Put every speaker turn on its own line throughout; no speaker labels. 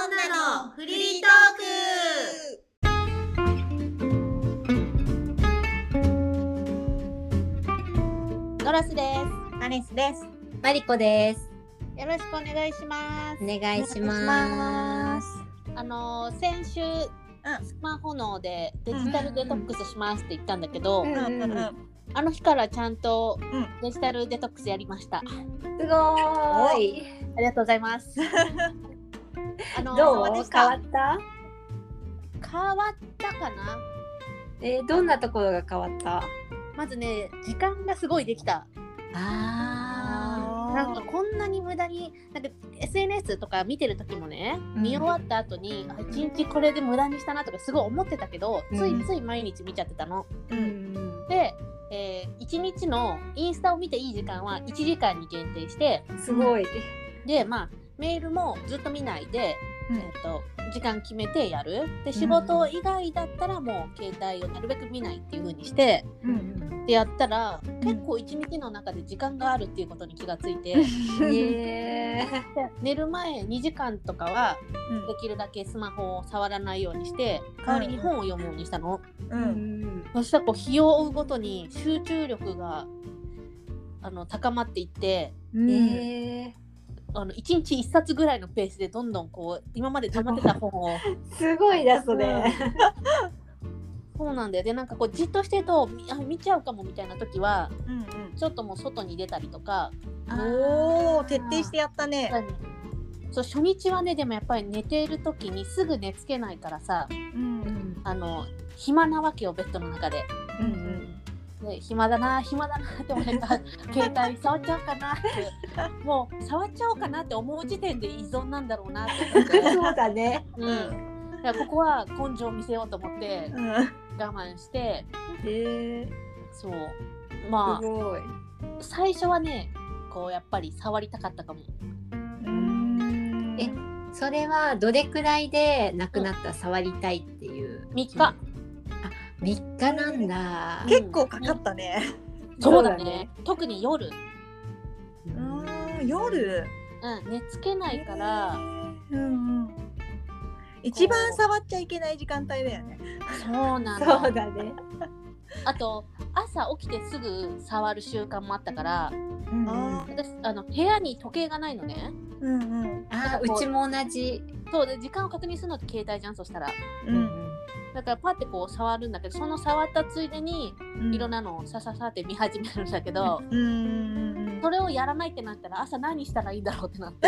のフリートーク
ノラスで
アレスです。
マリコです。
す。よろしくお願いします。
お願いし
お
ま
願い
す。
あのー先週、スマホ脳でデジタルデトックスしますって言ったんだけど、
うんうんうん
あの日からちゃんと
うん
デジタルデトックスやりました。
すごーい。
ありがとうござい ます。あのー
ど
そうで
う
し
変
た
わった？
変わったかな
えー、どんなところが変わった？
まずね時間がすごいできた
あ
なんかこんなに無駄になんか SNS とか見てる時もね、
うん
見終わった後にあ一日これで無駄にしたなとかすごい思ってたけどついつい毎日見ちゃってたの。
ー。うん
で、え1日のインスタを見ていい時間は1時間に限定して
うん。すごい。
でまあメールもずっと見ないで、
うん
えっと時間決めてやるで仕事以外だったらもう携帯をなるべく見ないっていう風にして
うん。
でやったら結構1日の中で時間があるっていうことに気がついて、
えー。
で寝る前2時間とかは
うん
できるだけスマホを触らないようにして代わりに本を読むようにしたの。
う
うんん。
そしたらこう日を追うごとに集中力があの高まっていって
うん
え
あの1日1冊ぐらいのペースでどんどんこう今まで溜まってた本を
ー。すごいだそれ。
そうなんだよでなんかこうじっとしてるとみあ見ちゃうかもみたいな時は
うん
ちょっともう外に出たりとか
うんおお徹底してやったね。
そう初日はねでもやっぱり寝ている時にすぐ寝つけないからさ
うん
うん。
あの暇なわけよベッドの中で。
う
うんん。
で暇だな暇だなって思って た携帯触っちゃおうかなってもう触っちゃおうかなって思う時点で依存なんだろうなって思って、
そうだね。
うん、だからここは根性を見せようと思って
うんうん
我慢して
えー。す
そうまあ
ごい。
最初はねこうやっぱり触りたかったかも
うん
えそれはどれくらいでなくなった触りたいっていう
3日、
三日なんだ。
結構かかったね。
そうだね。特に夜、
うん夜
うん、寝つけないから、
うんうん一番触っちゃいけない時間帯だよね。
そうなんだ
そうだね。
あと朝起きてすぐ触る習慣もあったから
うん
あ
私あの部屋に時計がないのね
うんうん
あーうちも同じ。
そうで時間を確認するのって携帯じゃんそしたら
うん
だからパッてこう触るんだけどその触ったついでに
うん
いろんなのをさささって見始めるんだけど、
うんうんうん
それをやらないってなったら朝何したらいいんだろうって なって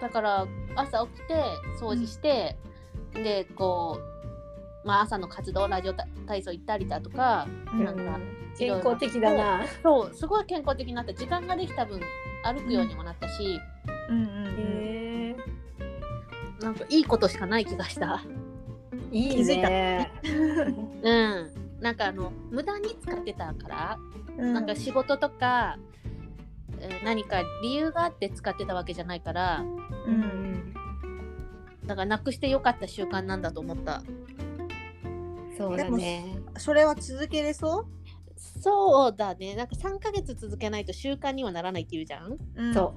だから朝起きて掃除して、でこう、まあ、朝の活動ラジオた体操行ったりだとか
うん
なんか
健康的だな。
そうすごい健康的になった時間ができた分歩くようにもなったし、
うんうん
へえ
なんかいいことしかない気がした。
いい
気
ね。
づいた
うん、なんかあの無駄に使ってたから、
うん
なんか仕事とか、えー何か理由があって使ってたわけじゃないから
う
うんん
だからなくしてよかった習慣なんだと思った
そうだね。
それは続けれそ
そうだねなんか3ヶ月続けないと習慣にはならないっていうじゃん
う、うん、
そ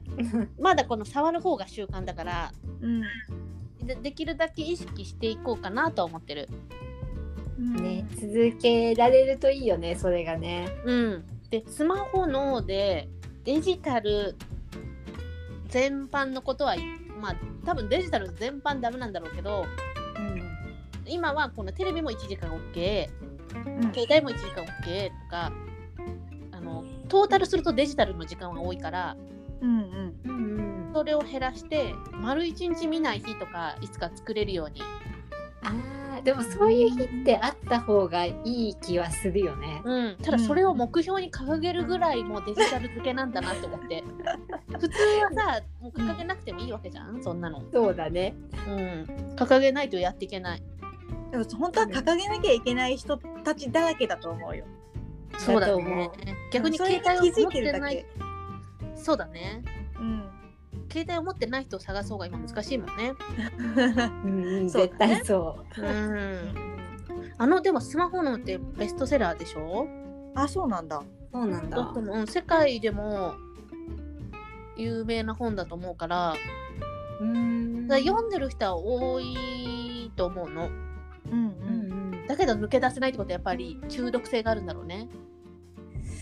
まだこの触る方が習慣だから
うん、
でできるだけ意識していこうかなとは思ってる
うん、
うね続けられるといいよねそれがね。
うんでスマホのでデジタル全般のことはまあ多分デジタル全般ダメなんだろうけど、今はこのテレビも1時間 OK
うん
携帯も1時間 OK とかあのトータルするとデジタルの時間は多いから
うんうん
うん
それを減らして丸1日見ない日とかいつか作れるように、
あーでもそういう日ってあった方がいい気はするよね。
うん、ただそれを目標に掲げるぐらいもうデジタル付けなんだなと思って 普通はさもう掲げなくてもいいわけじゃんそんなの、
そうだね。
うん、掲げないとやっていけない
でも本当は掲げなきゃいけない人たちだらけだと思うよ。
そうだ
と
ね
思
逆に
それ
携
に
帯を
気づ
持
い
ってて
るだ
ない
け。
そうだね
うん。
携帯を持ってない人を探そうが今難しいもんね
う。うんうん
そう
絶
だね
対そう。
うんあのでもスマホのってベストセラーでしょ
あ、そうなんだ。
そうなんだ。
僕もうん世界でも有名な本だと思うから
うーん
だから読んでる人は多いと思うの
うん
うん
だけど抜け出せないってことはやっぱり中毒性があるんだろうね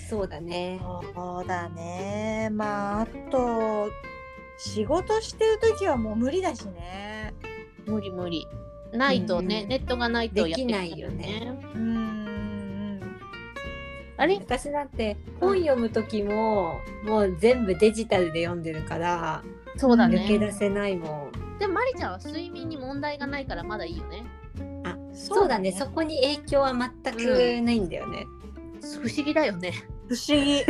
そうだね。
そうだねまああと仕事してる時はもう無理だしね
無理無理ないとね、
うん
ネットがないとやって
できないよね
うーん
あれ
私だって本読む時も、もう全部デジタルで読んでるから、
そうだ
抜け
ね
出せないもん。
でもまりちゃんは睡眠に問題がないからまだいいよね
そうだねそこに影響は全くないんだよね。
不思議だよね
不思 議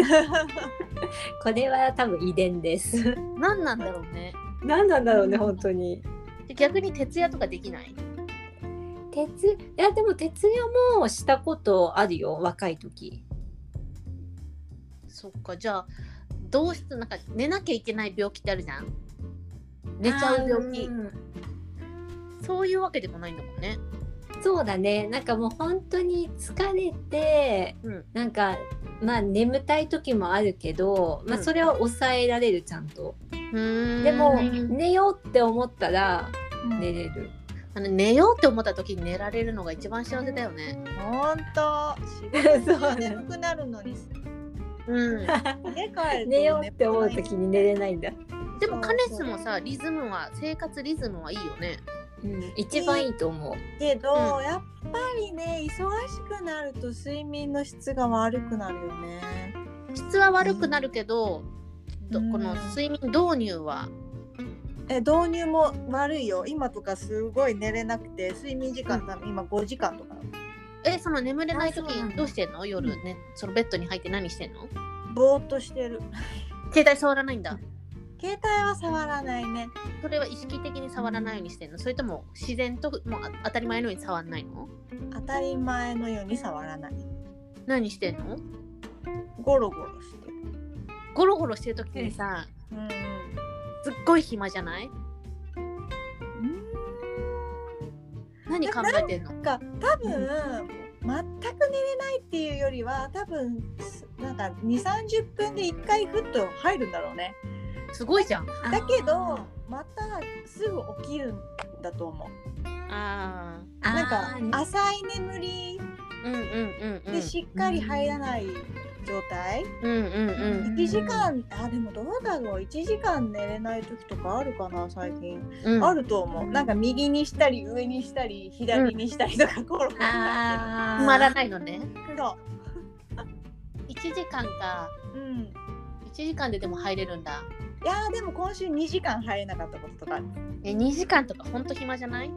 これは多分遺伝です。
何なんだろうね
何なんだろうね本当に。
で逆に徹夜とかできない
鉄いやでも徹夜もしたことあるよ若い時。
そっかじゃあどうしてなんか寝なきゃいけない病気ってあるじゃん寝ちゃう病気、
ん
そういうわけでもないんだもんね
そうだねなんかもう本当に疲れて、
うん
なんかまあ眠たい時もあるけど、まあ、
うん
それは抑えられるちゃんと、で
で
も寝ようって思ったら寝れる、
あの寝ようって思った時に寝られるのが一番幸せだよね
ほんと仕事中眠くなるの に
うん
家帰ると
寝ようって思う時に寝れないんだ、
でもカネスもさリズムは生活リズムはいいよね
うん、一番いいと思う、
けど、
うん
やっぱりね忙しくなると睡眠の質が悪くなるよね。
質は悪くなるけど、ど
うん
この睡眠導入は
え導入も悪いよ今とかすごい寝れなくて睡眠時間多分今5時間とか
えその眠れない時
あそうなんだ
どうしてんの夜ねそのベッドに入って何してんの
ぼーっとしてる
携帯触らないんだ
携帯は触らないね
それは意識的に触らないようにしてんのそれとも自然ともうあ当たり前のように触んないの
当たり前のように触らない
何してんの
ゴロゴロしてる
ゴロゴロしてる時にさ
うん
すっごい暇じゃない何考えてんの
なんか多分、全く寝れないっていうよりは多分なんか2 3 0分で1回ふっと入るんだろうね
すごいじゃん
だけどまたすぐ起きるんだと思う
あ
なん
あ
か
ー
浅い眠り
ーうんうんうんうん
でしっかり入らない状態、
うんうんうん
ん
1時間あでもどうだろう1時間寝れない時とかあるかな最近、
うん
あると思うなんか右にしたり上にしたり左にしたりとか、ゴロゴロした
あー
止まらないの
り
ね
そ
1時間か
う、うん、い
1時間ででも入れるんだ
やーでも今週2時間入れなかったこととかある
え2時間とかほんと暇じゃないう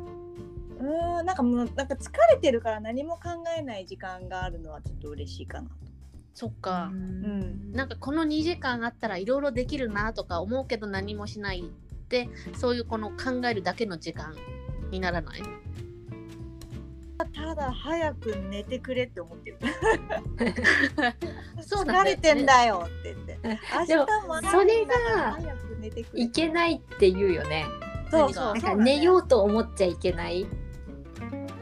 ーんなんかもうなんか疲れてるから何も考えない時間があるのはちょっと嬉しいかな
そっか
う、
うんん
なんかこの2時間あったらいろいろできるなとか思うけど何もしないってそういうこの考えるだけの時間にならない
ただ早く寝てくれって思って る
そうだ
疲れてんだよって言って。明
でも
日も
それが
早く寝てくれ
いけないって言うよね
そうそう
な
なん
そ
か
うだね
寝ようと思っちゃいけない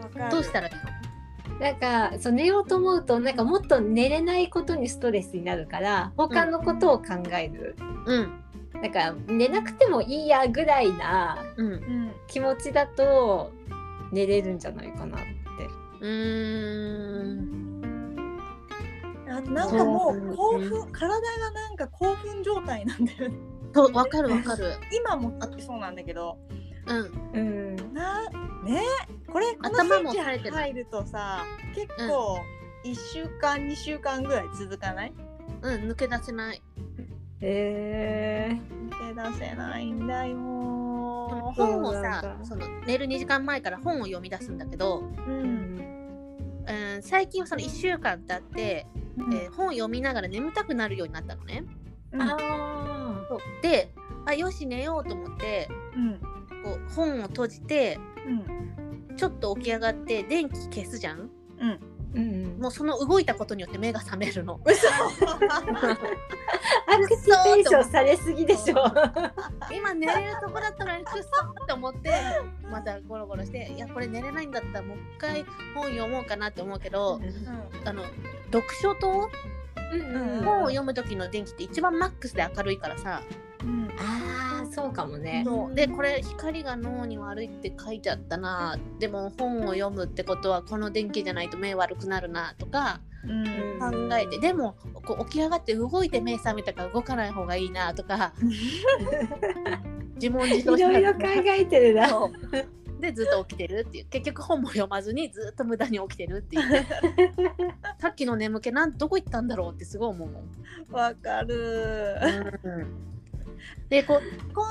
わかる
どうしたらいい
なんかそう寝ようと思うとなんかもっと寝れないことにストレスになるから他のことを考える、
のうん
なんか寝なくてもいいやぐらいな
うん
うん
気持ちだと寝れるんじゃないかなって
うーん
あとなんかも
そう
う興奮体がなんか興奮状態なんだよね
そうわかるわかる
今もそうなんだけど
うん
うん
なねこれこのスイ
頭も
ッチ
疲れてる
入るとさ結構1週間2週間ぐらい続かない
うん抜け出せない
え
抜け出せないんだよ
本を
そうな
さ
んだ
その寝る2時間前から本を読み出すんだけど、
う
ー
ん、
うん、最近はその1週間経って、
うん
えー本を読みながら眠たくなるようになったのね。
あ
あ
であよし寝ようと思って
うん
こう本を閉じて
うん
ちょっと起き上がって電気消すじゃん
うん
ーうん
もうその動いたことによって目が覚めるの。
嘘
アクティベーションされすぎでしょ
今寝れるとこだったのにくっそって思ってまたゴロゴロしていやこれ寝れないんだったらもう一回本読もうかなって思うけど、あの読書と
うんうん
本を読む時の電気って一番マックスで明るいからさ
うん
あーそうかもね。
そうでこれ光が脳に悪いって書いちゃったなでも本を読むってことはこの電気じゃないと目悪くなるなとか
うん
考えてでもこう起き上がって動いて目覚めたから動かない方がいいなとか自問自
い
答
ろ
しない
ろ
が
考えてるな。
そうでずっと起きてるっていう結局本も読まずにずっと無駄に起きてるっていう さっきの眠気なんどこ行ったんだろうってすごい思うもん。
わかる
でこ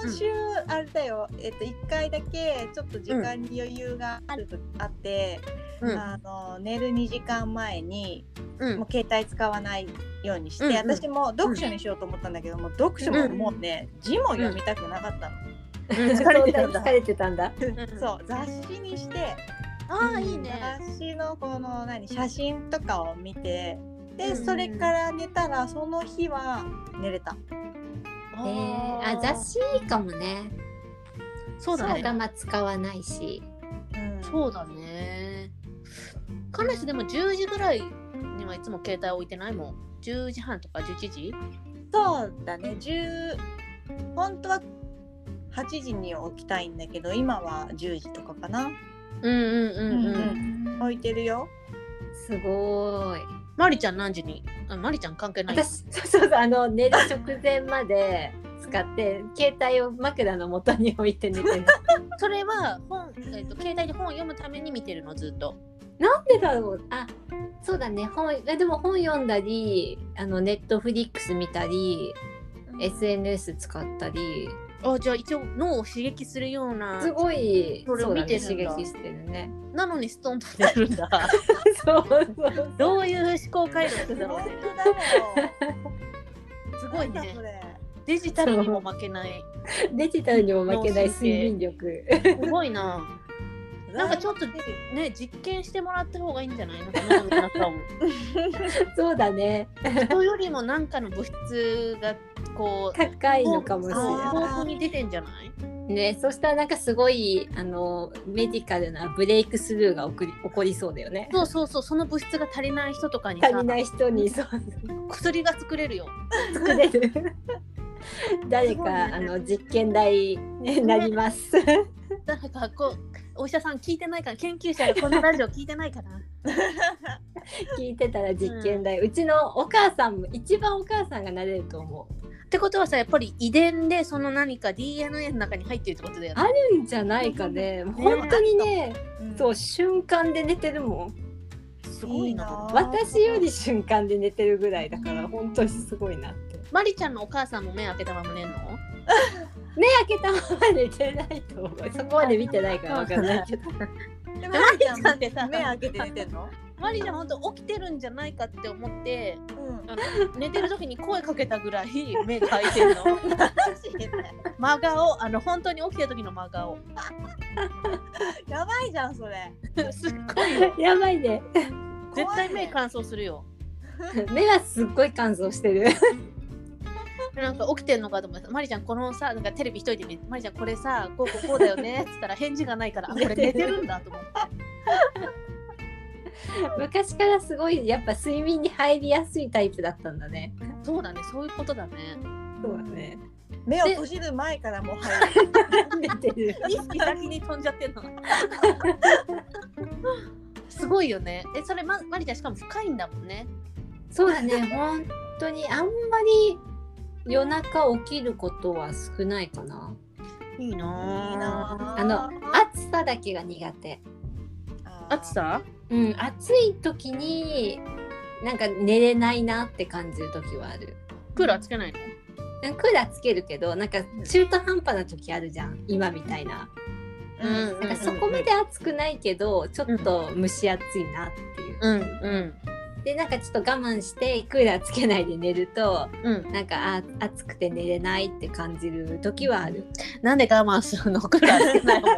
今週あれだよ、えっと、1回だけちょっと時間に余裕があるとあって、
う、うん
あの寝る2時間前に
う
もう携帯使わないようにして、
うんうん
私も読書にしようと思ったんだけども読書ももうね、字も読みたくなかったの、
ん、
疲
疲れて
れて
た
た
ん
ん
だ
だ。。疲れてたんだ。
ん
そう雑誌にして
ああいい ね。
雑誌のこの何写真とかを見て
うん
でそれから寝たらその日は寝れた。
えー、あ雑誌いいかもね。
そうだね。
頭使わないし。
うん
そうだね。彼氏でも10時ぐらいにはいつも携帯置いてないもん。10時半とか11時
そうだね10本当は8時に起きたいんだけど今は10時とかかな
うんうんうんう。
うん置いてるよ
すごい。
マリちゃん何時にあマリちゃん関係ない。
私そうそうあの寝る直前まで使 って携帯を枕の元に置いて寝てる。
それは本、えっと携帯で本を読むために見てるのずっと。
なんでだろうあそうだね本えでも本読んだりあのネットフリックス見たり、SNS 使ったり
あじゃあ一応脳を刺激するような
すごい
それを見てるんだ
そうだね刺激してるね。
なのにストンと出るんだ
そうそう
どういう思考回路して
本
た
当だ
の
よ
ね すご
な
い
んだ
ね
それ
デジタルにも負けない
デジタルにも負けない
脳神経
睡眠力。
すごいななんかちょっとね実験してもらった方がいいんじゃないのかななんか もう
そうだね
人よりもなんかの物質がこう
高いのかもしれ
あ
な
豊富に出てんじゃない
い。ねそしたらなんかすごいあのメディカルなブレイクスルーが起こり起こりそうだよね。
そうそうそうその物質が足りない人とかにさ
足りない人にそう
薬が作れるよ
作れ る誰
すごい
か、
ね
あの実験台 になります。
誰かこうお医者さん聞いてないから研究者がこのラジオ聞いてないから
聞いてたら実験台、うちのお母さんも一番お母さんがなれると思う。
ってことはさやっぱり遺伝でその何か DNA の中に入ってるってことだよね
あるんじゃないかね。もう本当にね、
うん
そう瞬間で寝てるもん。
す
あー
私より瞬間で寝てるぐらいだから本当にすごいなって。
マリちゃんのお母さんも目開けたまま寝るの
目開けたまま寝てないと思う。そこまで見てないからわかんないけど。
でも
マ
マ
リ
リ
ち
ち
ゃ
ゃ
ん
ん
だってさ
目開けて寝てんの
マリちゃん本当起きてるんじゃないかって思って
うん
あの寝てる時に声かけたぐらい 目が開いてるの真顔あの本当に起きてる時の真顔
やばいじゃんそれ
すっごいよ
やばいね。
絶対
怖い
目
ね
乾燥するよ
目はすっごい乾燥してる。
なんか起きてんのかと思ってマリちゃんこのさなんかテレビ一人で見てマリちゃんこれさこうこうこうだよねっつったら返事がないからあこれ寝てるんだと思って
昔からすごいやっぱ睡眠に入りやすいタイプだったんだね。
そうだねそういうことだね
そうだね。
目を閉じる前からもう入る
出てる。
意識先に飛んじゃってんの すごいよねえそれまマリちゃんしかも深いんだもんね
そうだね。本当にあんまり夜中起きることは少ないかな。
いいない
いな
あの暑さだけが苦手。
暑さ
うん、暑い時になんか寝れないなって感じる時はある。
クーラーつけないの
なんかクーラーつけるけどなんか中途半端な時あるじゃん今みたいな
うん
なんかそこまで暑くないけどちょっと蒸し暑いなっていう、
うんうん
でなんかちょっと我慢してクーラーつけないで寝ると
うん
なんかあ暑くて寝れないって感じる時はある
なんで我慢するのクーラーつけないの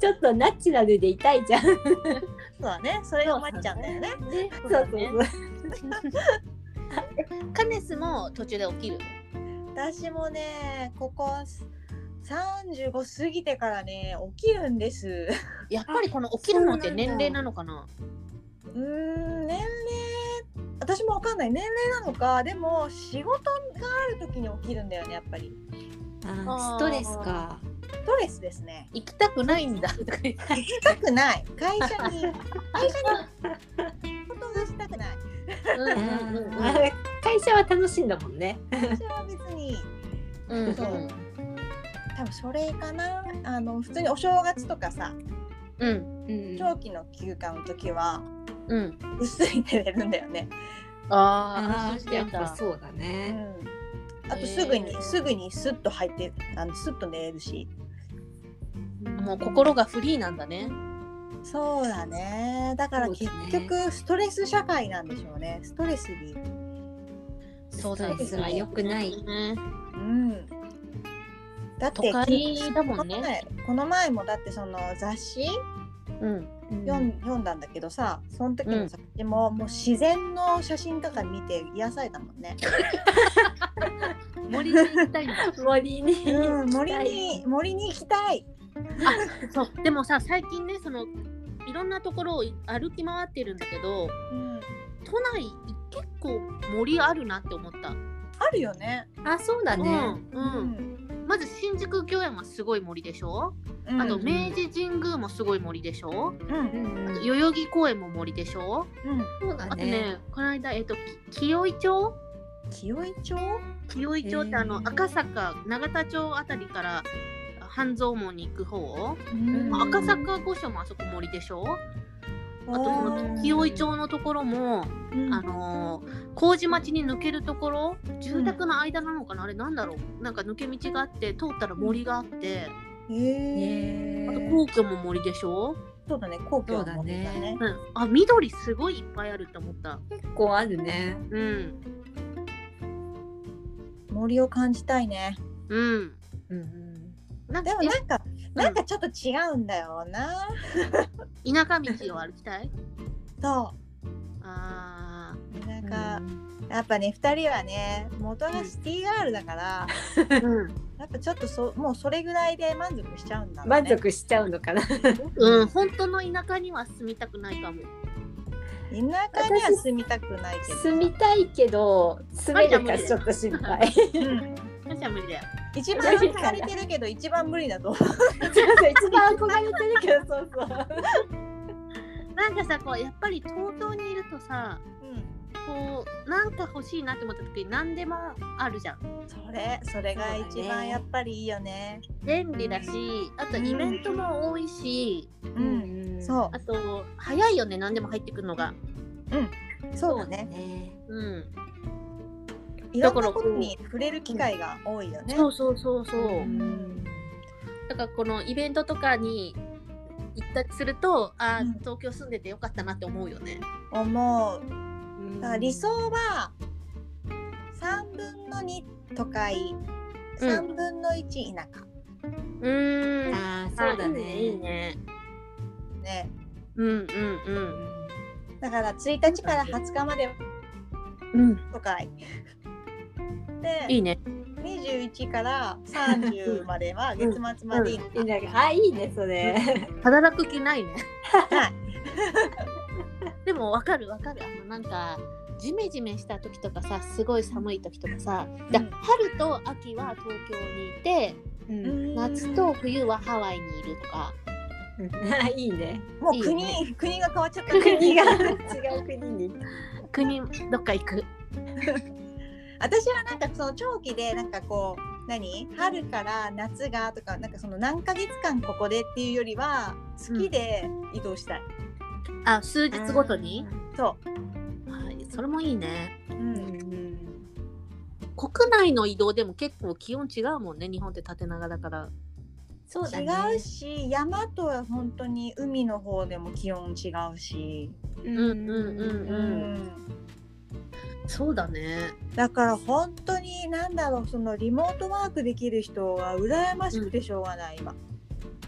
ちょっとナチュラルで痛いじゃんね
そうだねそれがマリちゃんだよね
そう
だ
そ
ね
うそう
カネスも途中で起きる
私もねここ35過ぎてからね起きるんです
やっぱりこの起きるのって
そうなんだ
年齢なのかな
うーん年齢私もわかんない年齢なのかでも仕事がある時に起きるんだよねやっぱり
あーストレスか
ストレスですね
行きたくないんだとか言って
行きたくない会社に会社にことがしたくない
うんうんうん
あー会社は楽しいんだもんね
会社は別に
うんうん
そう多分それかなあの普通にお正月とかさ
うん
うん
長期の休暇の時は
うん
ぐっすり寝れるんだよね、
ああ
あ
そう
ーや
し
って
た
ぱそうだ
う
ね
ん、あとすぐに、
えー
すぐにスッと入ってあのスッと寝れるし
もう心がフリーなんだね
そうだねだから
そうで
結
すね
局ストレス社会なんでしょうねストレスに
そう
ス
だ
ト
よ
レスは良くない
ね
うんだって
都会だもん
こ
ね
の前この前もだってその雑誌
うん
読ん,、読んだんだけどさその時の雑誌も、もう自然の写真とか見て癒されたもんね、
森に行きたいんだ
森に
うん、森に森に行きたい
そうでもさ最近ねそのいろんなところを歩き回ってるんだけど
うん
都内結構森あるなって思った、
あるよね。
あそうだ
う
ね
んうん、まず新宿御苑はすごい森でしょ、
うん
あと
うん
明治神宮もすごい森でしょ、
うんうん
うん
代々木公園も森でしょ、
うん。
そうだ
あとね
ね
この間えっ、とき紀尾井町
清井町？
紀尾井町ってあの
へー
赤坂永田町あたりから半蔵門に行く方、
うん
あ
赤坂御所もあそこ森でしょあとそ
あ
の
ー
紀尾井町のところも
うん
あのー麹町に抜けるところ住宅の間なのかな、あれなんだろうなんか抜け道があって通ったら森があって、
へえ。
ね
あと皇居も森でしょ、
そうだね。皇居の森だ
そうだ
ね
ね。
うん、あ緑すごいいっぱいあると思った
結構あるね
うん
森を感じたいね。
うん
うん
なん
で
か
もなんか
ん
なんかちょっと違うんだよな。
え田舎道を歩きたい
そ
あ
う。なんかやっぱね二人はね元がシティガールだから、
ー、う
やっぱちょっとそもうそれぐらいで満足しちゃうんだろう
満
ね。
足しちゃうのか な
ん、うん、本当の田舎には住みたくないかも
田舎には住みたくないけど。
住みたいけど住めるかちょっと心配 すい
うん
私は無理だよ
一番憧れてるけど一番無理だと思う。
ません一番憧れてるけどそうそう
なんかさこうやっぱり東京にいるとさ
うん
こうなんか欲しいなって思った時に何でもあるじゃん
それそれが一
そうだ
番
ね
やっぱりいいよね。
便利だしあとイベントも多いし、
うん。
う
そ
あと早いよね何でも入ってくるのが
うそうだね。
ね
うん
いろんなことに触れる機会が多いよね。
そうそうそうそう
うん
だからこのイベントとかに行ったりするとあー、
うん
東京住んでてよかったなって思うよね
思う。だから理想
うん
は3分の2都会、3分の1田舎。
うーん
あーそうだね
いいね
ね。
うんうん
だから1日から20日まで
うんうん
都会。で、
いいね
21から30までは月末までいい。
いいねあいいねそれ
働く気 ないね
はい
でもわかるわかるあのなんかジメジメした時とかさすごい寒い時とかさ、だ
うん
春と秋は東京にいて
うん
夏と冬はハワイにいるとか
あ いいね
もうい
い
国
ね
国が変わっちゃった。
国が違う国に
国どっか行く
私はなんかその長期でなんかこう何春から夏がとかなんかその何ヶ月間ここでっていうよりは月で移動したい、
あ数日ごとに、
そ
はい、それもいいね
う、う、
うんん
国内の移動でも結構気温違うもんね日本って縦長だから
そうだね
違うし山とは本当に海の方でも気温違うし、
うん
うんうんうん
う
そうだね
だから本当になんだろうそのリモートワークできる人は羨ましくてしょうがない今、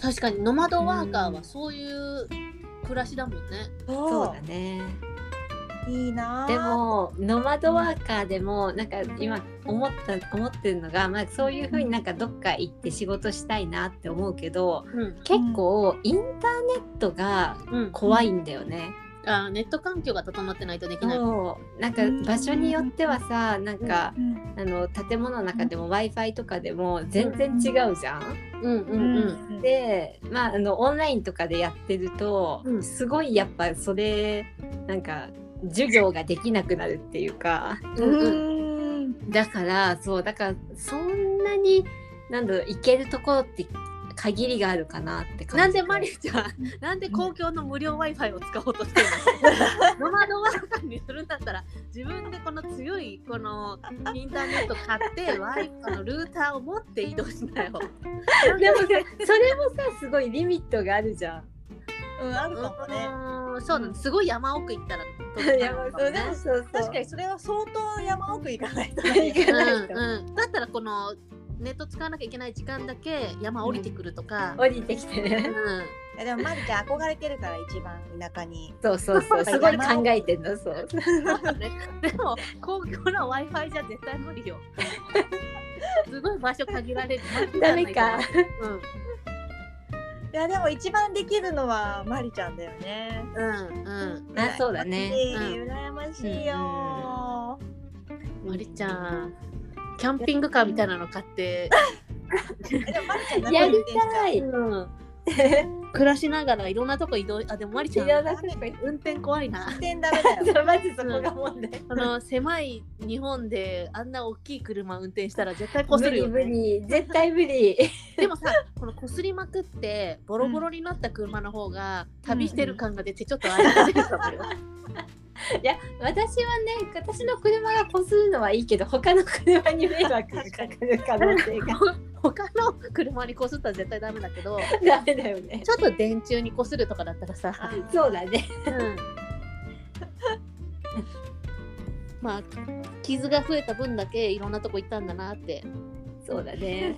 確かにノマドワーカーはそういう暮らしだもんね
そ
そう
だね
いいなあ
でもノマドワーカーでもなんか今思った思ってるのが、まあ、そういうふうになんかどっか行って仕事したいなって思うけど
うん
結構インターネットが
うん
怖いんだよね。
あーネット環境が整ってないとできない。
そうなんか場所によってはさなんかあの建物の中でも w i f i とかでも全然違うじゃん。
うんうんうん。
で
で、まあ、あのオンラインとかでやってると、
うん
すごいやっぱそれなんか授業ができなくなるっていうか
うんうん
だからそうだからそんなになんだろう行けるところって限りがあるかなって感じ。
なんでマリちゃん、なんで公共の無料 Wi-Fi を使おうとしてる のノマドワーカーにするんだったら、自分でこの強いこのインターネット買 って、Wi-Fi のルーターを持って移動しなよ。
でもさそれもさすごいリミットがあるじゃん。
うんあるかもね。
うーんそうなの、すごい山奥行ったら届かないい
や
の
も
かも
う
ね。
そうそう
確かにそれは相当山奥行かないと
行かない
うんうんだったらこのネット使わなきゃいけない時間だけ山降りてくるとか、
降りてき
う
て
ん
ね。
えでもマリちゃん憧れてるから一番田舎に。
そうそうそうすごい考えてんのそう。
でも公共の w i f i じゃ絶対無理 よすごい場所限られて
ダメか、
いやでも一番できるのはマリちゃんだよね。
うん、うんうん
あそうだね
羨ましい羨ましいよ。
マリちゃんキャンピングカーみたいなの買って、
えでもマリちゃん
やりたい。
うん、暮らしながらいろんなとこ移動あでもマリちゃん
いろんなとこ行って
運転怖いな
運転ダメだよ。
そうまずそこが問題。
その狭い日本であんな大きい車運転したら絶対こするよ、ね、
無理無理絶対無理。
でもさ、このこすりまくってボロボロになった車の方が旅してる感が出てちょっとあれが出てたのよ。
いや私はね私の車がこするのはいいけど他の車に迷惑がかかる可能 性が
他の車にこすったら絶対ダメだけ ど、
ダメだよね。
ちょっと電柱にこするとかだったらさ、
あ
そうだね。
うんまあ傷が増えた分だけいろんなとこ行ったんだなって。
そうだね。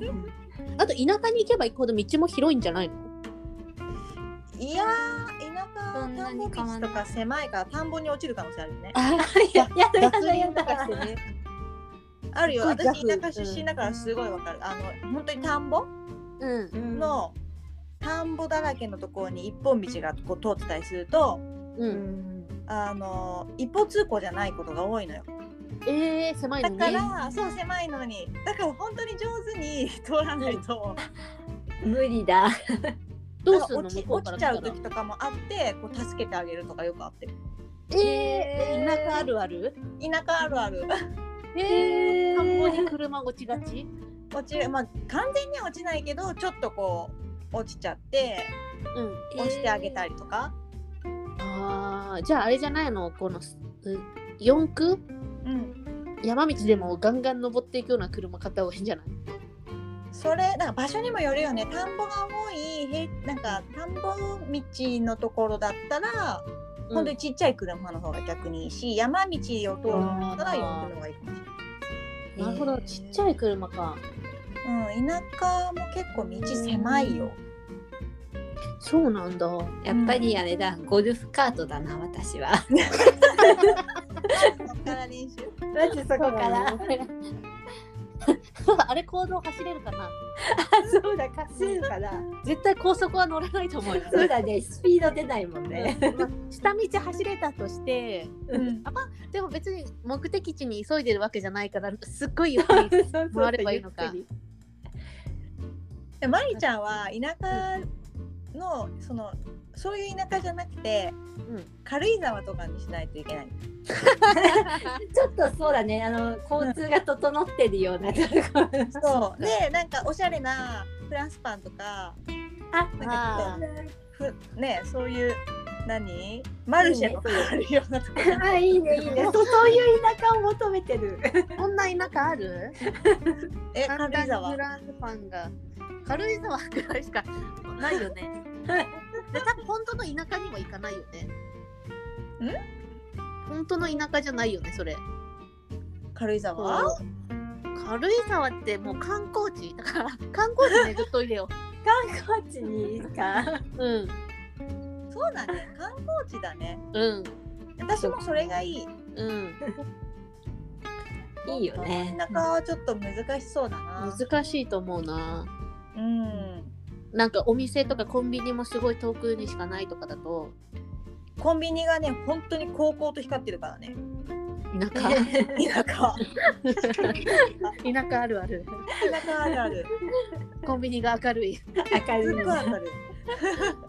あと田舎に行けば行くほど道も広いんじゃないの？
いやー田舎は田んぼ道とか狭いから田んぼに落ちる可能性あるよ ね。
あ
いややだや
脱
だや
輪とかし
だ
て。ね。
あるよ。
すごい
私
ギャフ
田舎出身だからすごいわかる。あの本当に田んぼ
うん
の、
の田んぼだらけのところに一本道がこう通ってたりすると、
う。
うんん、
あの一方通行じゃないことが多いのよ。
えー、狭いの
だ
ね。
から、そう狭いのに、だから本当に上手に通らないと、
無理だ。
どうするの
なんか落
向
ち
こう
落
か
ち
ら
ちゃう
見
時とかもあって、こう助けてあげるとかよくあってる。
たらえー、田舎あるある？
田舎あるあ る。
え
えー
ー、田んぼに車落ちがち
落ちる、まあ完全には落ちないけど、ちょっとこう落ちちゃって
うん。
押してあげたりとか。
ああ、じゃああれじゃないのこのすう四駆
うん。
山道でもガンガン登っていくような車買った方がいいんじゃない
それなんか場所にもよるよね。田んぼが多いへなんか田んぼ道のところだったら、
うん
本当にちっちゃい車の方が逆にいいし、山道を通るんだったら呼んでの方がいいかもしれない。
なるほど、ちっちゃい車か。
うん、田舎も結構道狭いよ。
そうなんだ。
やっぱりあれだ、ゴルフカートだな、私は。
そっから練習。
まずそこから。
あれ、公道走れるかな
そうだ、かするから。
絶対高速は乗らないと思うよ。
そうだね、スピード出ないもんね。
まあ下道走れたとして
うん、
でも別に目的地に急いでるわけじゃないからすっごいゆっ
そ
く
う
り
そうそう
回ればいいのか
ゆっくり
で、まりちゃんは田舎の、その、そういう田舎じゃなくて。
ん
軽井沢とかにしないといけない。
ちょっとそうだね、あの交通が整ってるようなところ。
そう、で、なんかおしゃれなフランスパンとか、
あ、
な
あ
んかちょっと、ふ、ね、そういう。何、マルシェとかあるようなところ。
あ、いいね、いいね。そう、そういう田舎を求めてる。
こんな田舎ある
え、
簡
軽井
単にフ
沢。
ランスパンが軽井沢くらいしかないよね。で多分本当の田舎には行かないよね。本当の田舎じゃないよねそれ。
軽井沢。
軽井沢ってもう観光地だ から観光地巡っといでよ。
観光地にいいか。
うん
そうだね、観光地だね。
うん
私もそれがいい。
うん
いいよね。
田舎はちょっと難しそうだな。
難しいと思うな。
うん。
なんかお店とかコンビニもすごい遠くにしかないとかだと
コンビニがね本当に高校と光ってるからね
田舎
田舎
田舎あるある
田舎あるある
コンビニが明るい
す
明
っごい明る
るい
い周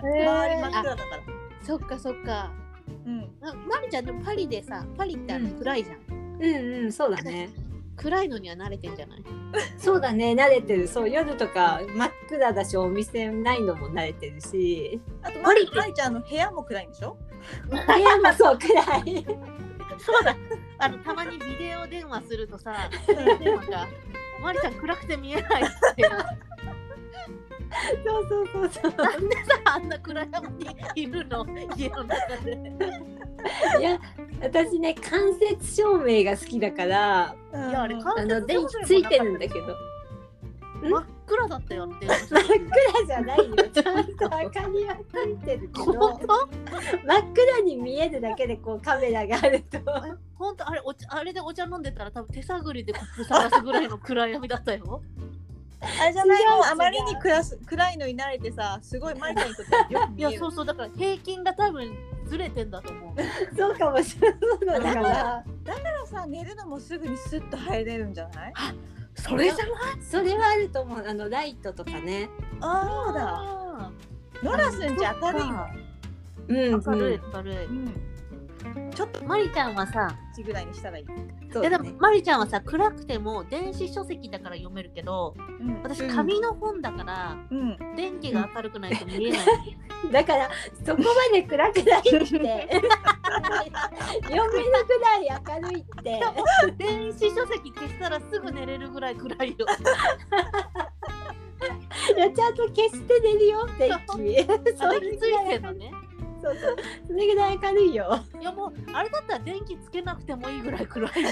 り真っ暗だから
そっかそっか
うん
なまりちゃんでもパリでさパリってあの
うん
暗いじゃん、
うんうんそうだね
暗いのには慣れてんじゃない
そうだね慣れてるそう夜とか真っ暗だしお店ないのも慣れてる し
あと
マ
マ
リ
リ
って
マリちゃんの部屋も暗いんでしょ
部屋もそうくらい
そうだあのたまにビデオ電話するとさ電話 が「まりちゃん暗くて見えない」って
そうそうそうそう
なんでさあんな暗闇にいるの家の中で
いや私ね間接照明が好きだから
い
いやあれ
か
間
あ
接照明
の電
も
気ついてるんだけど
真っ暗だったよって
真っ暗じゃないよちゃんと明かりはついてるけど
本当
真っ暗に見えるだけでこうカメラがあると
本当あれお茶あれでお茶飲んでたら多分手探りでコップ探すぐらいの暗闇だったよ
あれじゃない
違う
もう
違う
あまりに暗す暗いのに慣れてさすごいマリちゃんにとってはよく
い
見え
や
る
そうそうだから平均が多分ずれてんだと思う
そうかもしれないそうなのか な
さ寝るのもすぐにスッと入れるんじゃない
そ
れじ
ゃない
それはあると思うあのライトとかね
あ
そ
そううだ
だ
ノラスんち明るいもん
うん
明る
う
い明るい
うんちょっと
まりちゃんはさ
1ぐらいにしたらいい、
んそう
でで
だ
も
ね
まりちゃんはさ暗くても電子書籍だから読めるけど
うん
私
うん
紙の本だから、
うん、
電気が明るくないと見えない、
だからそこまで暗く ないって読めなくない明るいって
電子書籍消したらすぐ寝れるぐらい暗いよ
いやちゃんと消して寝るよ電気
あ
それ
電気つ
ぐ
い
ら
て
い
んのね
そうそうそれぐらい明るいよ
いやもうあれだったら電気つけなくてもいいぐらい暗い よ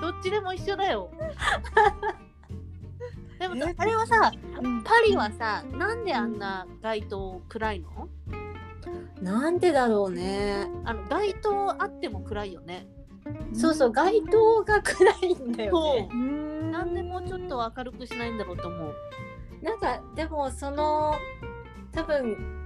どっちでも一緒だよ でも
え
あれはさ
うん
パリはさなんであんな街灯暗いの
なんでだろうね
あの街灯あっても暗いよね
そうそう街灯が暗いんだよね
そう
うーん
なんでもうちょっと明るくしないんだろうと思う
なんかでもその多分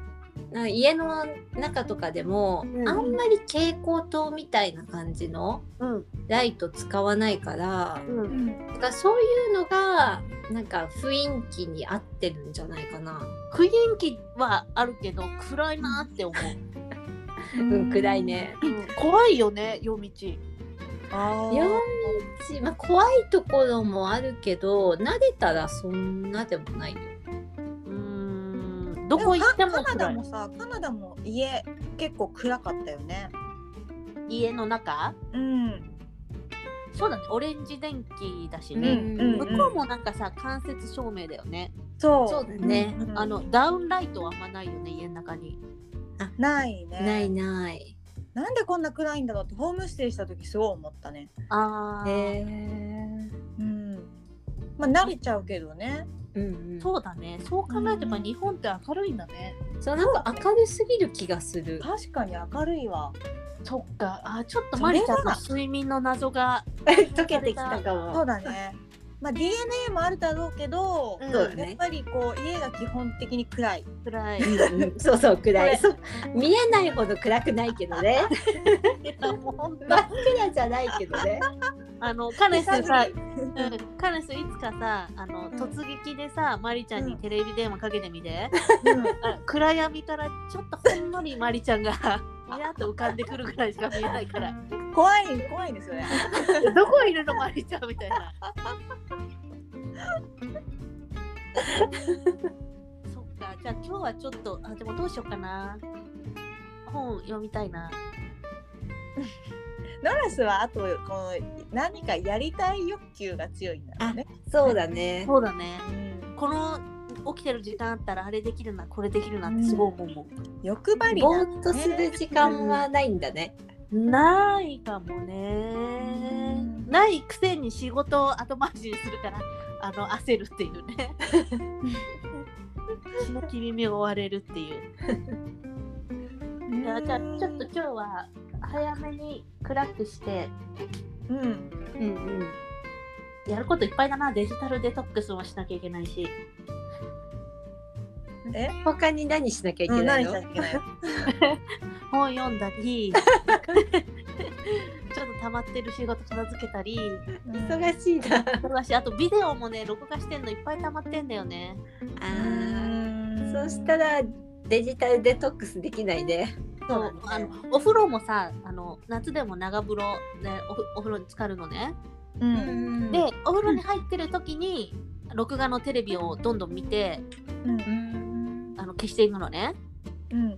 な家の中とかでも、
うん
あんまり蛍光灯みたいな感じの
うん
ライト使わないから、
う
うんん
だからそういうのがなんか雰囲気に合ってるんじゃないかな、
雰囲気はあるけど暗いなって思 う、
うん、暗いね
怖いよね夜道
あー
夜道、まあ、怖いところもあるけど慣れたらそんなでもないよ
うーんどこ行っても
カカナ
暗
ダ
い
もさカナダも家結構暗かったよね
家の中
うん
そうだねオレンジ電気だし
うん
ね、
うん
向こうもなんかさ間接照明だよね、
そう
そうだね
うん
あのダウンライトはあんまないよね家の中に
ないね
ないない
なんでこんな暗いんだろうってホームステイした時すごい思ったね
あー、
へ
うんまあ慣れちゃうけどね
うんうん、
そうだねそう考えてば
うん
日本って明るいんだね、
そうなんか明るすぎる気がする
確かに明るいわ
そっかあーちょっとマリちゃんの睡眠の謎 が
溶けてきたか
そ
も。
うだねまあ DNA もあるだろうけど、
うん
そうだ
やっ
ね。
ぱりこう家が基本的に暗い
暗い
そうそう暗い。
こ
そう見えないほど暗くないけど ね。
もう
真っ暗じゃないけどね。
あのカネス
手
さ
探り
うんカネスいつかさあの、
ん
突撃でさマリちゃんにテレビ電話かけてみて、
うん
あ暗闇からちょっとほんのりマリちゃん がみなっと浮かんでくるぐらいしか見えない から
怖い怖いですよね
どこいるのマリちゃんみたい な。そっかじゃあ今日はちょっとあでもどうしようかな本読みたいな
ノラスはあとこの何かやりたい欲求が強いんだろうね。
そうだね。
そうだね
うん
この起きてる時間あったらあれできるなこれできるなってすごい思うもん、
欲張り
ぼ
な
ーっとする時間はないんだね。
ないかもね、
ん
ないくせに仕事を後回しにするからあの焦るってい うね締め切りに追われるっていう
うん
じゃあじゃあちょっと今日は早めに暗くして
うん
うん
やることいっぱいだなデジタルデトックスもしなきゃいけないし
え、
他に何しなきゃいけ
うん、
な
何
い
し
の、
たっけないの
本読んだ りちょっと溜まってる仕事片付けたり
忙しいな。
忙しいあとビデオもね録画してんのいっぱい溜まってんだよね
あーそうし
ら
たらデジタルデトックスできないね。
そう
そうあのお風呂もさあの夏でも長風呂でおふお風呂に浸かるのね
うん
でお風呂に入ってる時に録画のテレビをどんどん見て
うん
あの消していくのね
うん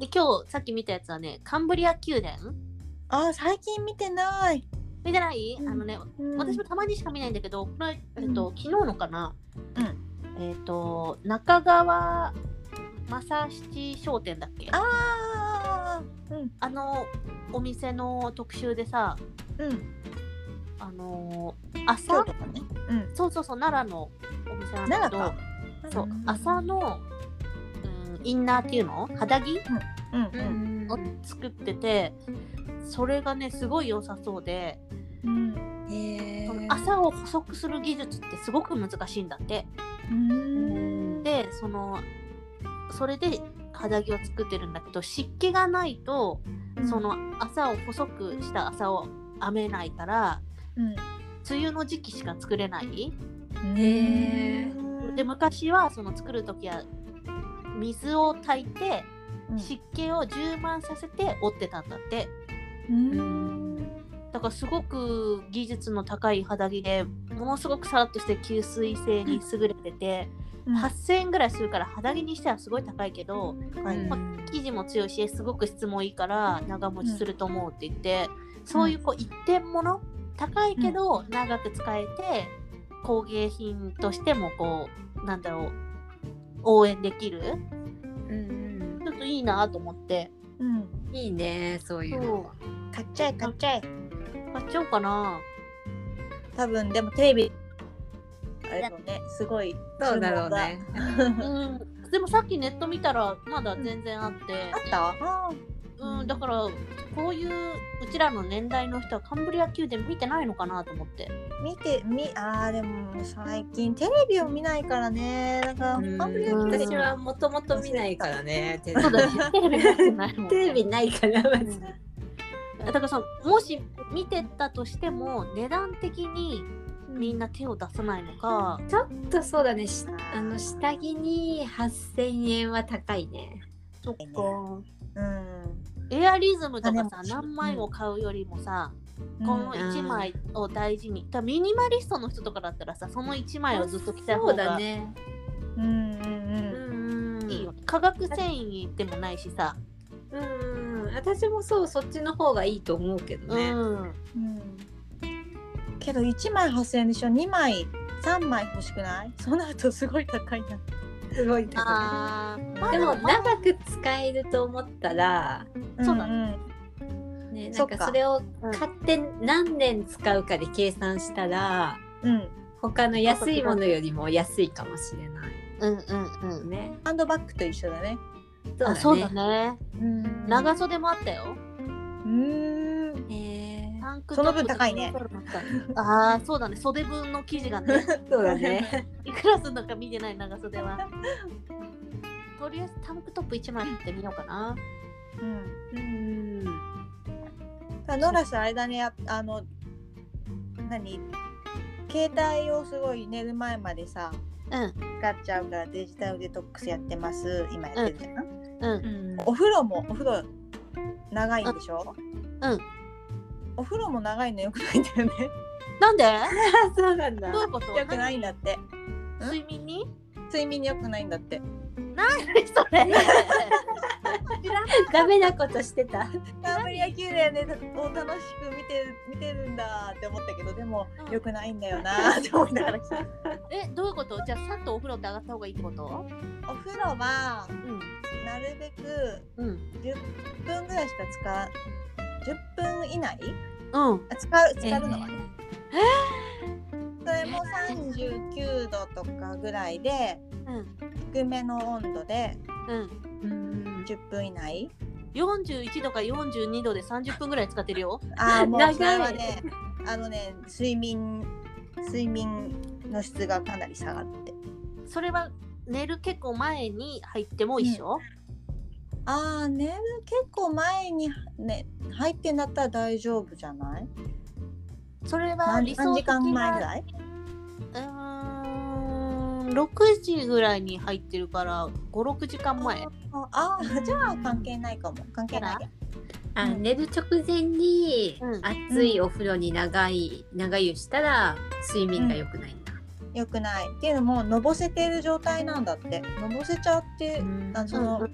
で今日さっき見たやつはねカンブリア宮殿
あー最近見てない、
見てない、
うん
あのね
うん
私もたまにしか見ないんだけど、これ、えっと、昨日のかな、
う
えっと、中川正七商店だっけあ
あーうん
のお店の特集でさ、
うん
あのー
京
朝
都かねうん
そうそうそう、奈良のお店なんだ
奈
けど
良か、、
そううん朝の、うん、インナーっていうの肌着
うん
う
うん
ん
を作ってて、それがね、すごい良さそうで、
うん
へ
その
ー
朝を補足する技術ってすごく難しいんだって。
うん
でそのそれで肌着を作ってるんだけど湿気がないと、その朝を細くした朝を編めないから
うん
梅雨の時期しか作れない、
へー
で昔はその作る時は水を炊いて
うん
湿気を充満させて折ってたんだって
うん
だからすごく技術の高い肌着でものすごくさらっとして吸水性に優れてて、8,000円ぐらいするから肌着にしてはすごい高いけど、
は
う
い
ん
生地も強いしすごく質もいいから長持ちすると思うって言って、そういうこう一点物高いけど長く使えて工芸品としてもこうなんだろう応援できる
うん
ちょっといいなと思って
うん
うんいいねそういうの。
買っちゃえ買っちゃえ
買っちゃおうかな
多分でもテレビあれだろうねすごい
そうだろうね。
うんでもさっきネット見たらまだ全然あって
あった
うんだからこういううちらの年代の人はカンブリア宮殿見てないのかなと思って
見てみあーでも最近テレビを見ないからねだから
うん
あんまりやって
私はもともと見ないからね。テレビ
そうだねテレビ見てないもんね
テレビないからまず。
だからさもし見てたとしても値段的にみんな手を出さないのか、
ちょっとそうだね。しあの下着に8000円は高いね。
そっ
かうん
エアリズムとかさ
あでも
何枚も買うよりもさ、
うん
この
ん
1枚を大事にだからミニマリストの人とかだったらさその1枚をずっと着た
そ
方
うだ
が
ね。
うんうん
うん
うん
うん。
いいよ、化学繊維でもないしさ、
うんうん。私もそうそっちの方がいいと思うけど
う
ね。
ん
うんけど1枚8000円でしょ2枚3枚欲しくないその後すごい高いな
すごい高い。
あーまあ
でも
まあ
長く使えると思ったら、
そうだ
ね
ね、な
そ
ん
っ
か
か
それを
うん
買って何年使うかで計算したら
うん
他の安いものよりも安いかもしれない
うんうんうん
ね。
ハンドバッグと一緒だね
あそうだ。ね
うん
長袖もあったよ
うん
ね
タンク
その分
トップと
高いね
ニットもあったあーそうだね袖分の生地がね
そうだね。
いくらすんのか見てない長袖は。とりあえずタンクトップ1枚買ってみようかな。
うん
うん。
あノラさんあれだねやあの何携帯をすごい寝る前までさ
うん
使っちゃうからデジタルデトックスやってます今やってるじゃん、
うん
うん
お風呂もお風呂長いんでしょ
うんうん
お風呂も長いのよくないんだよね
なんで
あそうなんだ
どういうこと
よくないんだって
何睡眠に
睡眠によくないんだって
それ
ダメなことしてた。
カンブリア宮殿でを楽しく見てる見てるんだって思ったけどでも
うん
よくないんだよなって思いながら来た
え、どういうことじゃあさっとお風呂って上がった方がいいってこと
お風呂は
うん。
なるべく
うん。
10分ぐらいしか使わ10分以内
うん。
あ使う使うのはね、それも39度とかぐらいで
うん。
低めの温度で
うん。
うん
10分以内
41度か42度で30分ぐらい使ってるよ。
ああも
長
う
い
それはねあのね睡眠睡眠の質がかなり下がって
それは寝る結構前に入っても一緒、
ああね結構前に、ね、入ってんだったら大丈夫じゃない
それは
何
理想
何時
的な
間前ぐらいう
ーん6時ぐらいに入ってるから56時間前
ああーじゃあ関係ないかも関係ないね
あ
うん
寝る直前に
うん
熱いお風呂に長い長湯したら睡眠が良くないんだ。
よくないっていうのものぼせてる状態なんだってのぼせちゃってあ
う
その、
うんう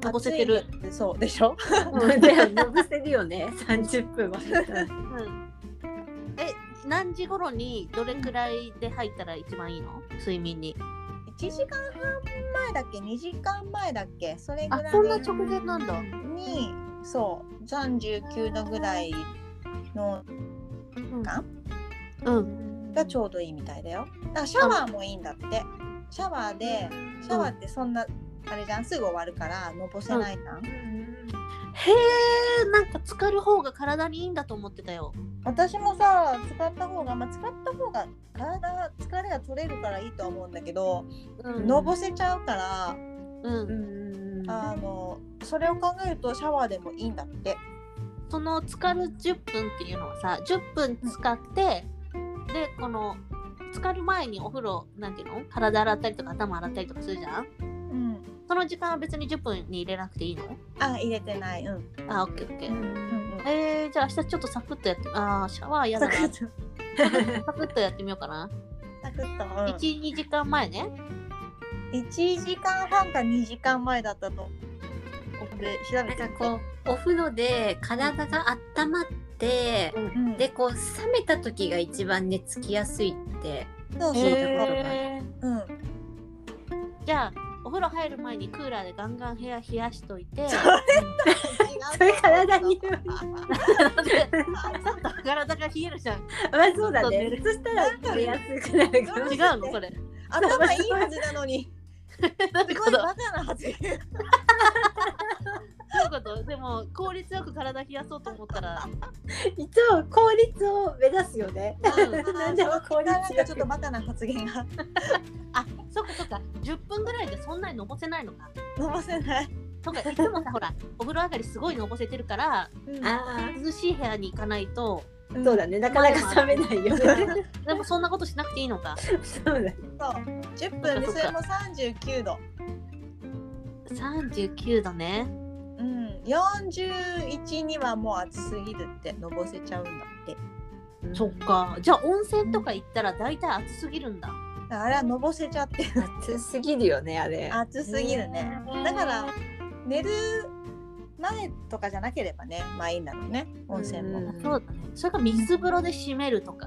のぼせてる
暑いそうでしょ
ん、でのぶせるよね30分は。
うんえ何時頃にどれくらいで入ったら一番いいの睡眠に
1時間半前だっけ2時間前だっけそれぐらい
前なんだ
にそう39度ぐらいの
うん
間
うん
がちょうどいいみたいだよだからシャワーもいいんだってシャワーでシャワーってそんな、あれじゃんすぐ終わるからのぼせないじゃん、
へえなんか浸かる方が体にいいんだと思ってたよ
私もさ使った方が、まあ、使った方が体が疲れが取れるからいいとは思うんだけど、
うん
のぼせちゃうから
うん
うん
あのそれを考えるとシャワーでもいいんだって
その浸かる10分っていうのはさ10分使って、でこの浸かる前にお風呂なんていうの体洗ったりとか頭洗ったりとかするじゃん
うん
その時間は別に10分に入れなくていいの
あ入れてないうん、
あオッケーオッケ
う
ー、
うんうん、
えー、じゃあ明日ちょっとサクッとやってあーシャワーやだなサ
と
クッとやってみようかな、
サクッと、
12時間前ね
1時間半か2時間前だったと思うで調べ
なん
て
か
みて
こうお風呂で体が温まって、
うん
でこう冷めた時が一番寝つきやすいって
そうそう、
へ
うん
ーじゃあお風呂入る前にクーラーでガンガン部屋冷やしといて
それ体に良い
なんでちょっと体が冷えるじゃん
まあそう
だ
だ
ね
ねそしたら寝やすくなるか
な
ら
ん
違うのそれ
頭いいはずなのに
どうい
すご
うこ
い
と
バカなはず
どういうことでも効率よく体冷やそうと思ったら、
一応効率を目指すよねなんでも効率よく
なんかちょっとバカな発言が
あそっかそっか10分ぐらいでそんなにのぼせないのか
伸ばせない、
と かいつもさほらお風呂上がりすごいのぼせてるから
うん
あ
涼しい部屋に行かないと
あそうだねなかなか冷めないよね
でもそんなことしなくていいのか
そうだね
そう10分でそれも39度
39度ね
うん41にはもう暑すぎるってのぼせちゃうんだって
そっかじゃあ温泉とか行ったら大体暑すぎるんだ
だからあれはのぼせちゃ って
暑すぎるよねあれ
暑すぎるね
うん
だから寝る前とかじゃなければねまあいいんだろうね温泉も、
うん
そうだねそれか水風呂で締めるとか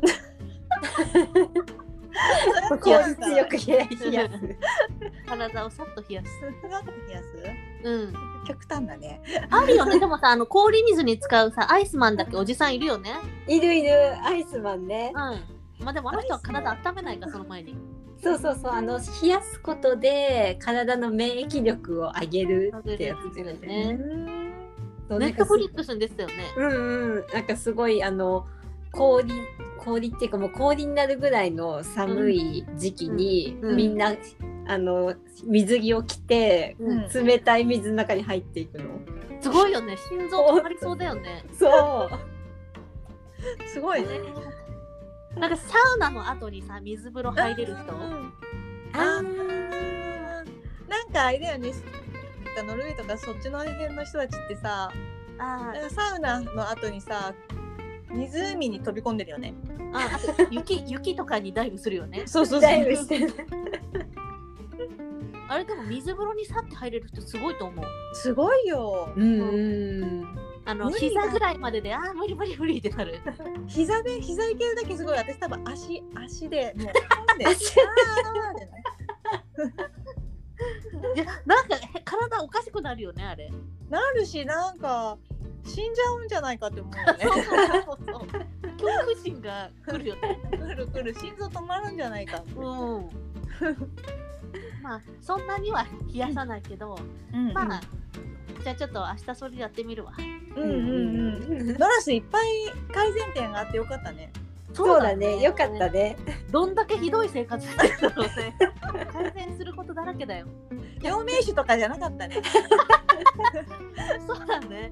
そ
効率よく冷やす
冷やす体をさっと冷やす
冷やす
うん
極端だね
あるよねでもさあの氷水に使うさアイスマンだっけおじさんいるよね
いるいるアイスマンね
うんまあでもあの人は体温めないかその前に
そうそうそうあの冷やすことで体の免疫力を上げるってやつだよ
え
ね。そう
ネ
なん
ッ
か
ト
す
フリックスに出てたよね
うんうんなんかすごいあの氷氷っていうかもう氷になるぐらいの寒い時期に、
うんうん
みんなあの水着を着て
うん
うん
冷たい水の中に入っていくの。
すごいよね心臓止まりそうだよね
そう
すごいね
なんかサウナの後にさ水風呂入れる人
うん
あ
なんかあれだよねノルウェーとかそっちの辺の人たちってさ
あー
サウナの後にさ湖に飛び込んでるよね
ああと雪雪とかにダイブするよね
そうそ
ダイブしてる
あれでも水風呂にさって入れる人すごいと思う
すごいよ
うんうん
あの
無理だ
膝ぐらいまでであー無理無理無理ってなる
膝で膝いけるだけすごい私多分足足でもう
足
あーあーあーって
いやなんかへ体おかしくなるよねあれ
なるしなんか死んじゃうんじゃないかって思うよね
そうそうそうそう恐怖心が来るよね
くるくる心臓止まるんじゃないか。
うんまあそんなには冷やさないけど、
うん
まあじゃあちょっと明日それやってみるわ
うんうんうん。
うん
ドラスいっぱい改善点があってよかったね。
そうだねよかったね
どんだけひどい生活してたのね改善することだだらけだよ。
陽明酒とかじゃなかったね。
そうだね。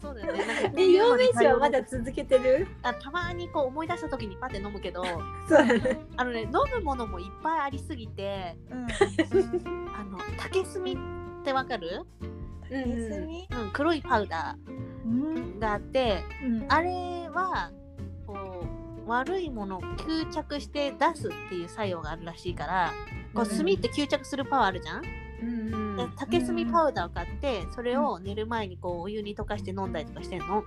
そうだよね。なんか
で陽明酒はまだ続けてる
あたまにこう思い出した時にパって飲むけど、
そうだね
あのね飲むものもいっぱいありすぎて、
うん。
あの竹炭ってわかる？
うん
休み。
うん黒いパウダ
うん。
ーがあって、
うん。
あれはこう悪いものを吸着して出すっていう作用があるらしいから、こう炭って吸着するパワーあるじゃん。
うんうん
で竹炭パウダーを買ってそれを寝る前にこうお湯に溶かして飲んだりとかしてんの、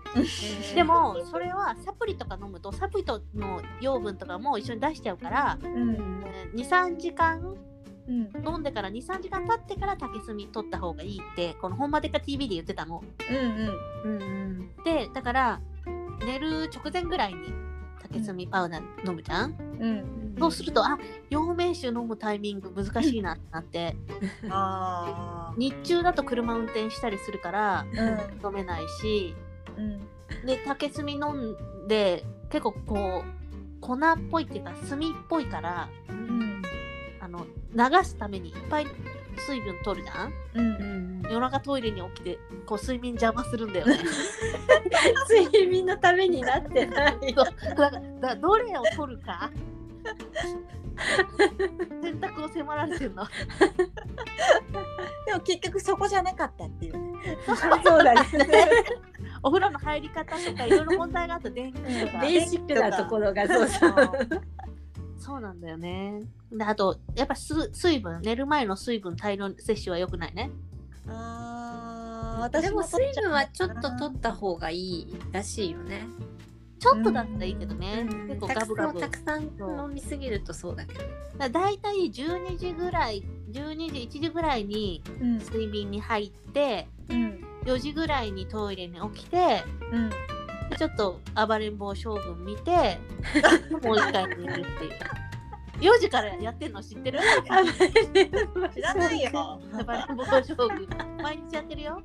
でもそれはサプリとか飲むとサプリとの養分とかも一緒に出しちゃうから
うん。
23時間
うん。
飲んでから23時間経ってから竹炭取った方がいいってこの「本場でか TV」で言ってたの
うん。
うんうん
でだから寝る直前ぐらいに竹炭パウダー飲むじゃん、
うん。
そうするとあ陽明酒飲むタイミング難しいなってなって
ああ。
日中だと車運転したりするから
うん。
飲めないし
うん。
で竹炭飲んで結構こう粉っぽいっていうか炭っぽいから
うん。
あの流すためにいっぱい水分取るじゃん
う。
うんん
夜中トイレに起きてこう睡眠邪魔するんだよね
睡眠のためになってない
そうだからだからどれを取る か選択を迫られてるの
でも結局そこじゃなかったっていうね。
そうだね
お風呂の入り方とかいろいろ問題があった電気とか
ベーシックなところがそうそう
そうなんだよねであとやっぱす水分寝る前の水分大量摂取は良くないね
ああ、
で
私
も
も
水分はちょっ
と
と取った方がいいらしいよね。
ちょっとだったらいいけどね、
うん
結構ガブガブ
たくさんたくさん飲みすぎるとそうだけど。
だいたい12時ぐらい12時1時ぐらいに
うん
睡眠に入って
うん
4時ぐらいにトイレに起きて
うん。
ちょっと暴れん坊将軍見てもう一回寝るっていう4時からやってんの知って る
知らないよ。
暴れん坊将軍毎日やってるよ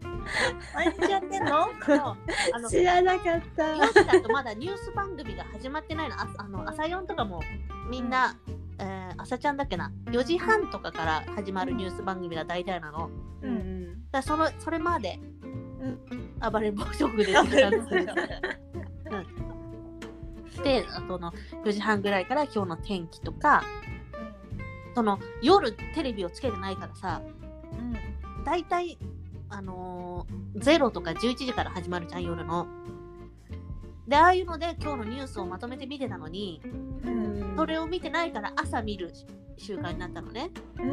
毎日やってんの？
そうあの
知らなかった
4時だとまだニュース番組が始まってないのああの朝4とかもみんな、えー朝ちゃんだっけな4時半とかから始まるニュース番組が大体なの
う
うん
ん。
だからそのそれまで、暴れん坊将軍で
暴れん坊将軍
うんであとの4時半ぐらいから今日の天気とかその夜テレビをつけてないからさ
うん。
大体あのー、0とか11時から始まるじゃん夜の。でああいうので今日のニュースをまとめて見てたのに
うん。
それを見てないから朝見る習慣になったのね。
うん。う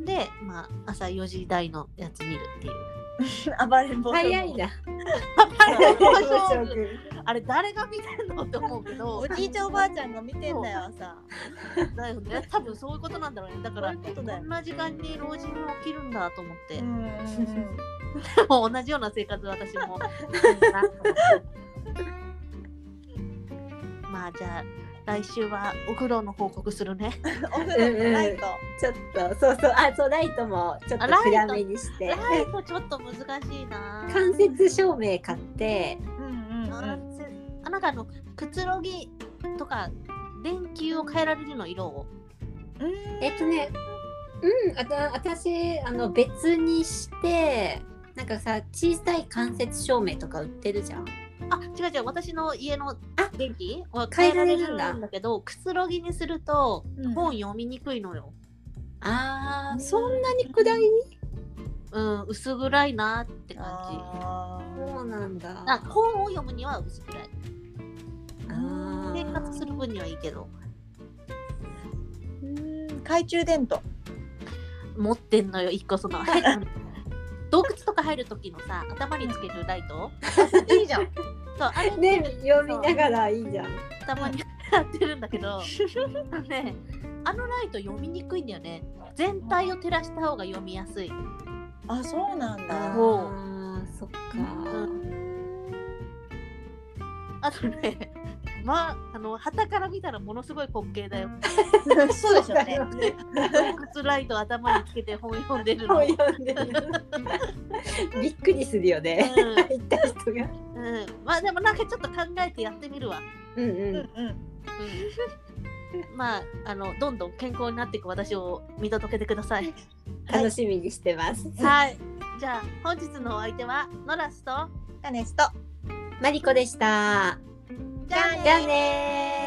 ん。
で、まあ、朝4時台のやつ見るっていう。
暴れん坊。
早い。な。
あれ誰が見てんのって思うけど
おじいちゃんおばあちゃんが見てんだよさ。
だよね多分そういうことなんだろうねだか
そう
ら
いうことだ
こ
よ
ん。な時間に老人は起きるんだと思って、
うん。
もう同じような生活私も まあじゃあ来週はお風呂の報告するね
お風呂ライト。
ちょっとそうそうあそうライトもちょっと
あライト
暗めにして
ラ。イトちょっと難しいな
間接照明買って
うんうん
ああなんかあのくつろぎとか電球を変えられるの色を
うん。
えっとねうんあた私あの別にしてなんかさ小さい間接照明とか売ってるじゃん。
あ違う違う私の家の電気を
変えられるんだ
変えらけどくつろぎにすると
うん
本読みにくいのよ、
あ
うん
ーそんなに暗い
うん、薄暗いなって感
あ
そうなんだ
じ。なんか本を読むには薄暗い
あ
生活す
ー
る分にはいいけど
ーうん。懐中電灯。
持ってんのよ一個 その洞窟とか入る時のさ頭につけるライト
いいじゃん。
そうあれ
ね読みながらいいじゃん。
たまにやってるんだけどあのねあのライト読みにくいんだよね全体を照らした方が読みやすい
あ、そうなんだ。
お
あーそっか。
あとねまああの旗から見たらものすごい滑稽 だよ
そうでしょうね。
洞窟ライト頭につけて本読んでるの
本読んでる。 びっくりするよね。
う
入った人
ん、う
が。
ん、まあでもなんかちょっと考えてやってみるわ
うん
うん
う。
うんん。
まあ、あの、どんどん健康になっていく私を見届けてくだ さい。
楽しみにしてます。
はい。じゃあ、本日のお相手は、ノラスと、
カネスと
マリコでした。
じゃあねー
じゃあねー